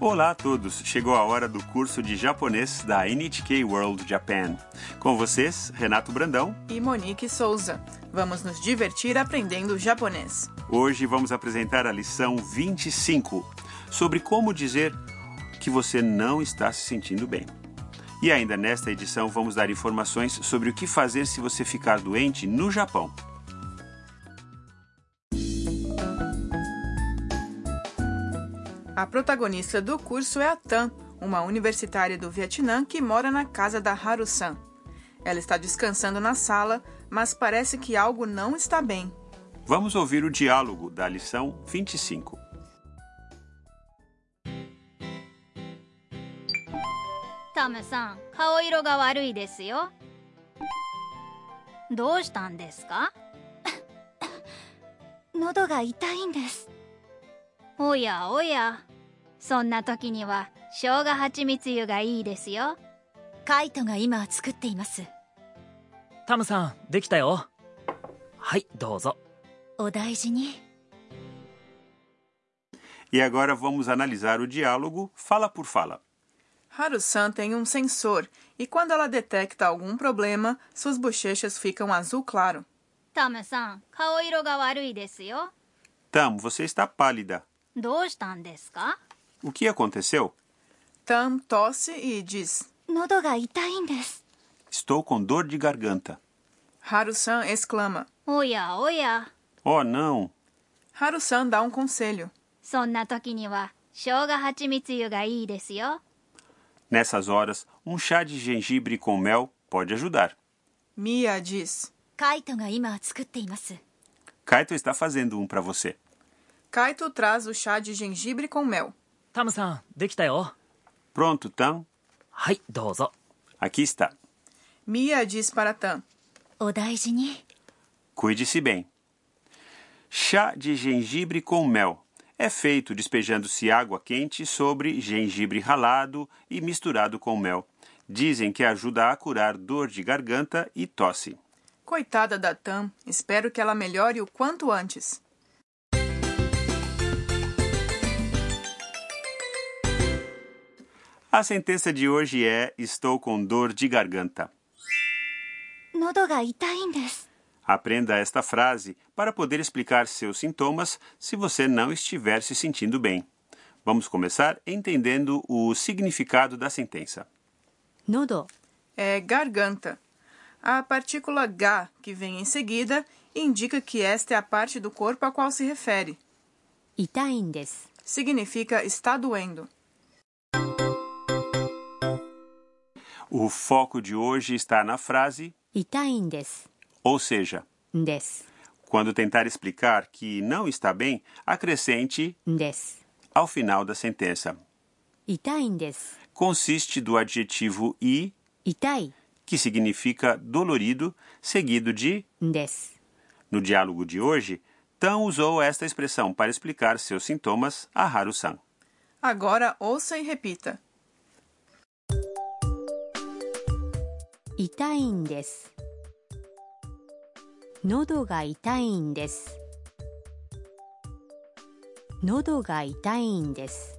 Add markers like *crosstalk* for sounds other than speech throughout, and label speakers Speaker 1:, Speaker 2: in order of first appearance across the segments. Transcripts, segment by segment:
Speaker 1: Olá a todos! Chegou a hora do curso de japonês da NHK World Japan. Com vocês, Renato Brandão.
Speaker 2: E Monique Souza. Vamos nos divertir aprendendo japonês.
Speaker 1: Hoje vamos apresentar a lição 25 sobre como dizer que você não está se sentindo bem. E ainda nesta edição vamos dar informações sobre o que fazer se você ficar doente no Japão.
Speaker 2: A protagonista do curso é a Tan, uma universitária do Vietnã que mora na casa da Haru-san. Ela está descansando na sala, mas parece que algo não está bem.
Speaker 1: Vamos ouvir o diálogo da lição 25.
Speaker 3: タムさん顔色が悪いですよどうしたんですか
Speaker 4: *coughs* 喉が痛いんです
Speaker 3: おやおやそんな時には生姜蜂蜜湯がいいですよ
Speaker 4: カイトが今作っています
Speaker 5: タムさんできたよはいどうぞ
Speaker 4: お大事に
Speaker 1: E agora vamos analisar o diálogo fala por fala.
Speaker 2: Haru-san tem um sensor e quando ela detecta algum problema, suas bochechas ficam azul claro.
Speaker 3: タムさん顔色が悪いですよ
Speaker 1: Tam, você está pálida.
Speaker 3: どうしたんですか
Speaker 1: O que aconteceu?
Speaker 2: Tam tosse e diz.
Speaker 4: 喉が痛いんです
Speaker 1: Estou com dor de garganta.
Speaker 2: Haru-san exclama.
Speaker 3: おやおや
Speaker 1: Oh, não!
Speaker 2: Haru-san dá um conselho.
Speaker 3: そんな時には生姜蜂蜜湯がいいですよ
Speaker 1: Nessas horas, um chá de gengibre com mel pode ajudar.
Speaker 2: Mia diz.
Speaker 4: カイトが今作っています
Speaker 1: Kaito está fazendo um para você.
Speaker 2: Kaito traz o chá de gengibre com mel.
Speaker 5: タムさんできたよ
Speaker 1: Pronto, Tam?
Speaker 5: はいどうぞ
Speaker 1: Aqui está.
Speaker 2: Mia diz para Tam.
Speaker 4: お大事に
Speaker 1: Cuide-se bem. Chá de gengibre com mel. É feito despejando-se água quente sobre gengibre ralado e misturado com mel. Dizem que ajuda a curar dor de garganta e tosse.
Speaker 2: Coitada da Tam, espero que ela melhore o quanto antes.
Speaker 1: A sentença de hoje é: Estou com dor de garganta.
Speaker 4: 喉が痛いんです
Speaker 1: Aprenda esta frase para poder explicar seus sintomas se você não estiver se sentindo bem. Vamos começar entendendo o significado da sentença.
Speaker 4: 喉
Speaker 2: É garganta. A partícula ga, que vem em seguida, indica que esta é a parte do corpo a qual se refere.
Speaker 4: 痛いんです
Speaker 2: Significa está doendo.
Speaker 1: O foco de hoje está na frase,
Speaker 4: 痛いんです
Speaker 1: ou seja,
Speaker 4: です
Speaker 1: quando tentar explicar que não está bem, acrescente
Speaker 4: です
Speaker 1: ao final da sentença.
Speaker 4: 痛いんです
Speaker 1: Consiste do adjetivo i,
Speaker 4: 痛い
Speaker 1: que significa dolorido, seguido de
Speaker 4: んです
Speaker 1: No diálogo de hoje, Tan usou esta expressão para explicar seus sintomas a Haru-san.
Speaker 2: Agora ouça e repita.
Speaker 4: 痛いんです喉が痛いんです喉が痛いんです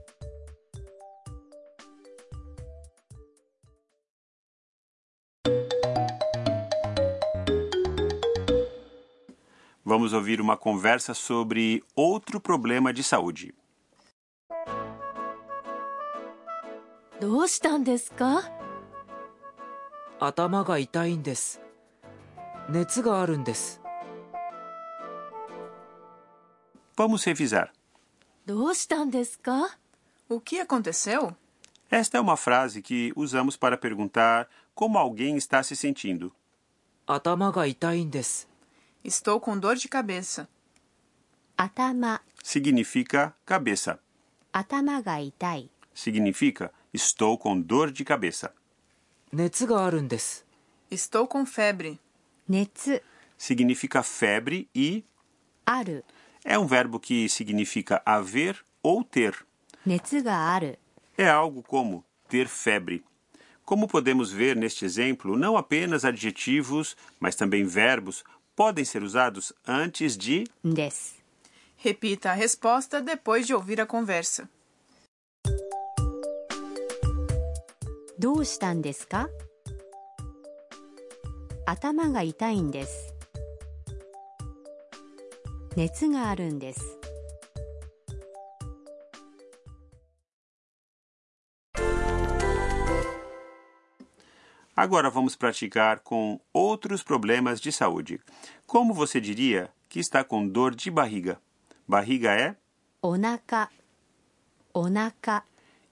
Speaker 1: Vamos ouvir uma conversa sobre outro problema de saúde.
Speaker 4: どうしたんですか
Speaker 6: 頭が痛いんです熱があるんです
Speaker 1: Vamos revisar.
Speaker 4: どうしたんですか
Speaker 2: O que aconteceu?
Speaker 1: Esta é uma frase que usamos para perguntar como alguém está se sentindo.
Speaker 6: 頭が痛いんです
Speaker 2: Estou com dor de cabeça.
Speaker 4: 頭
Speaker 1: Significa cabeça.
Speaker 4: 頭が痛い
Speaker 1: Significa estou com dor de cabeça.
Speaker 6: 熱があるんです
Speaker 2: Estou com febre.
Speaker 4: 熱
Speaker 1: Significa febre e
Speaker 4: ある
Speaker 1: é um verbo que significa haver ou ter.
Speaker 4: 熱がある
Speaker 1: é algo como ter febre. Como podemos ver neste exemplo, não apenas adjetivos, mas também verbos podem ser usados antes de
Speaker 4: んです
Speaker 2: Repita a resposta depois de ouvir a conversa.
Speaker 7: どうしたんですか頭が痛いんです熱があるんです
Speaker 1: Agora vamos praticar com outros problemas de saúde. Como você diria que está com dor de barriga? Barriga é
Speaker 7: お腹お腹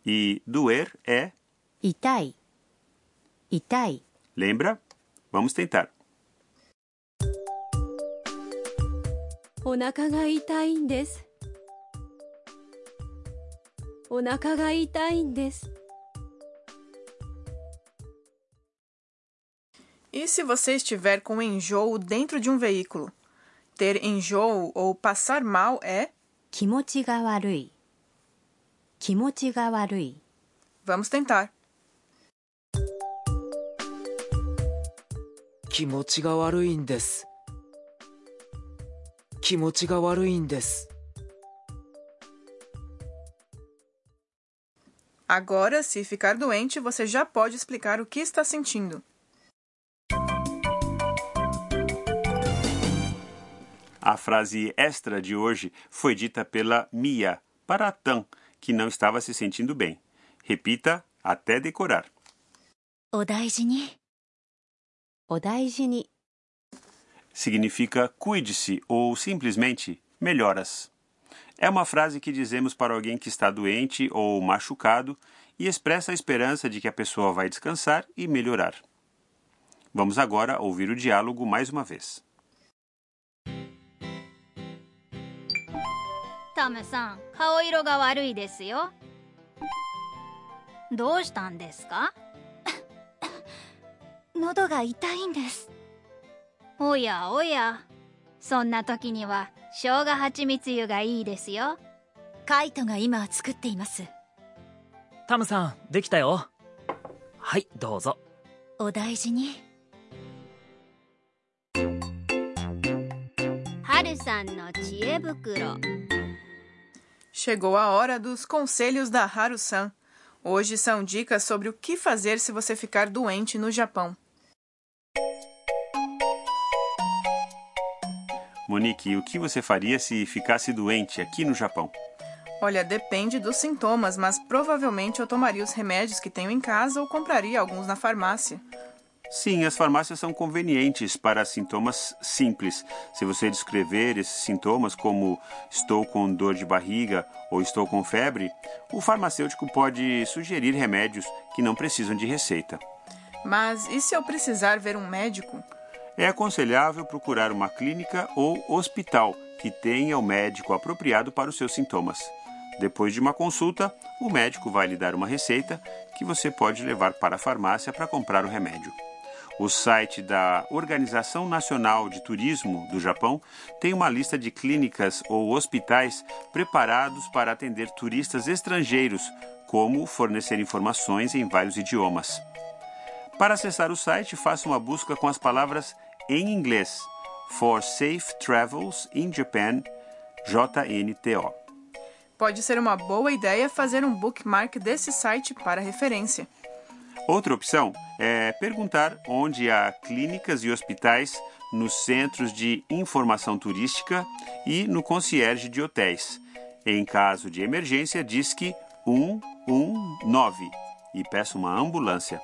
Speaker 1: e doer é,
Speaker 7: 痛い痛い
Speaker 1: lembra? Vamos tentar.
Speaker 4: お腹が痛いんですお腹が痛いんです
Speaker 2: E se você estiver com enjoo dentro de um veículo? Ter enjoo ou passar mal é.
Speaker 7: 気持ちが悪い気持ちが悪い
Speaker 2: Vamos tentar.
Speaker 6: 気持ちが悪いんです気持ちが悪いんです
Speaker 2: Agora, se ficar doente, você já pode explicar o que está sentindo.
Speaker 1: A frase extra de hoje foi dita pela Mia para a Tan, que não estava se sentindo bem. Repita até decorar.
Speaker 3: お大事に
Speaker 7: お大事に
Speaker 1: significa cuide-se ou simplesmente melhoras. É uma frase que dizemos para alguém que está doente ou machucado e expressa a esperança de que a pessoa vai descansar e melhorar. Vamos agora ouvir o diálogo mais uma vez.
Speaker 3: タムさん顔色が悪いですよどうしたんです
Speaker 4: *laughs*
Speaker 3: か喉が痛いんですおやおやそんな時には生姜蜂蜜湯がいいですよ
Speaker 4: カイトが今作っています
Speaker 5: タムさんできたよはいどうぞ
Speaker 3: お大事にはるさんの知恵袋
Speaker 2: Chegou a hora dos conselhos da Haru-san. Hoje são dicas sobre o que fazer se você ficar doente no Japão.
Speaker 1: Monique, o que você faria se ficasse doente aqui no Japão?
Speaker 2: Olha, depende dos sintomas, mas provavelmente eu tomaria os remédios que tenho em casa ou compraria alguns na farmácia.
Speaker 1: Sim, as farmácias são convenientes para sintomas simples. Se você descrever esses sintomas como estou com dor de barriga ou estou com febre, o farmacêutico pode sugerir remédios que não precisam de receita.
Speaker 2: Mas e se eu precisar ver um médico?
Speaker 1: É aconselhável procurar uma clínica ou hospital que tenha o médico apropriado para os seus sintomas. Depois de uma consulta, o médico vai lhe dar uma receita que você pode levar para a farmácia para comprar o remédio. O site da Organização Nacional de Turismo do Japão tem uma lista de clínicas ou hospitais preparados para atender turistas estrangeiros, como fornecer informações em vários idiomas. Para acessar o site, faça uma busca com as palavras em inglês For Safe Travels in Japan, JNTO.
Speaker 2: Pode ser uma boa ideia fazer um bookmark desse site para referência.
Speaker 1: Outra opção é perguntar onde há clínicas e hospitais nos centros de informação turística e no concierge de hotéis. Em caso de emergência, disque 119 e peça uma ambulância.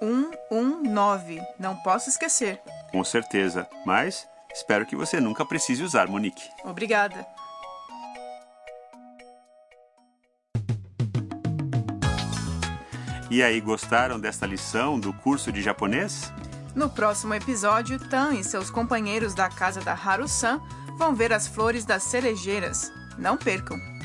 Speaker 2: 119, não posso esquecer.
Speaker 1: Com certeza, mas espero que você nunca precise usar, Monique.
Speaker 2: Obrigada.
Speaker 1: E aí, gostaram desta lição do curso de japonês?
Speaker 2: No próximo episódio, Tan e seus companheiros da casa da Haru-san vão ver as flores das cerejeiras. Não percam!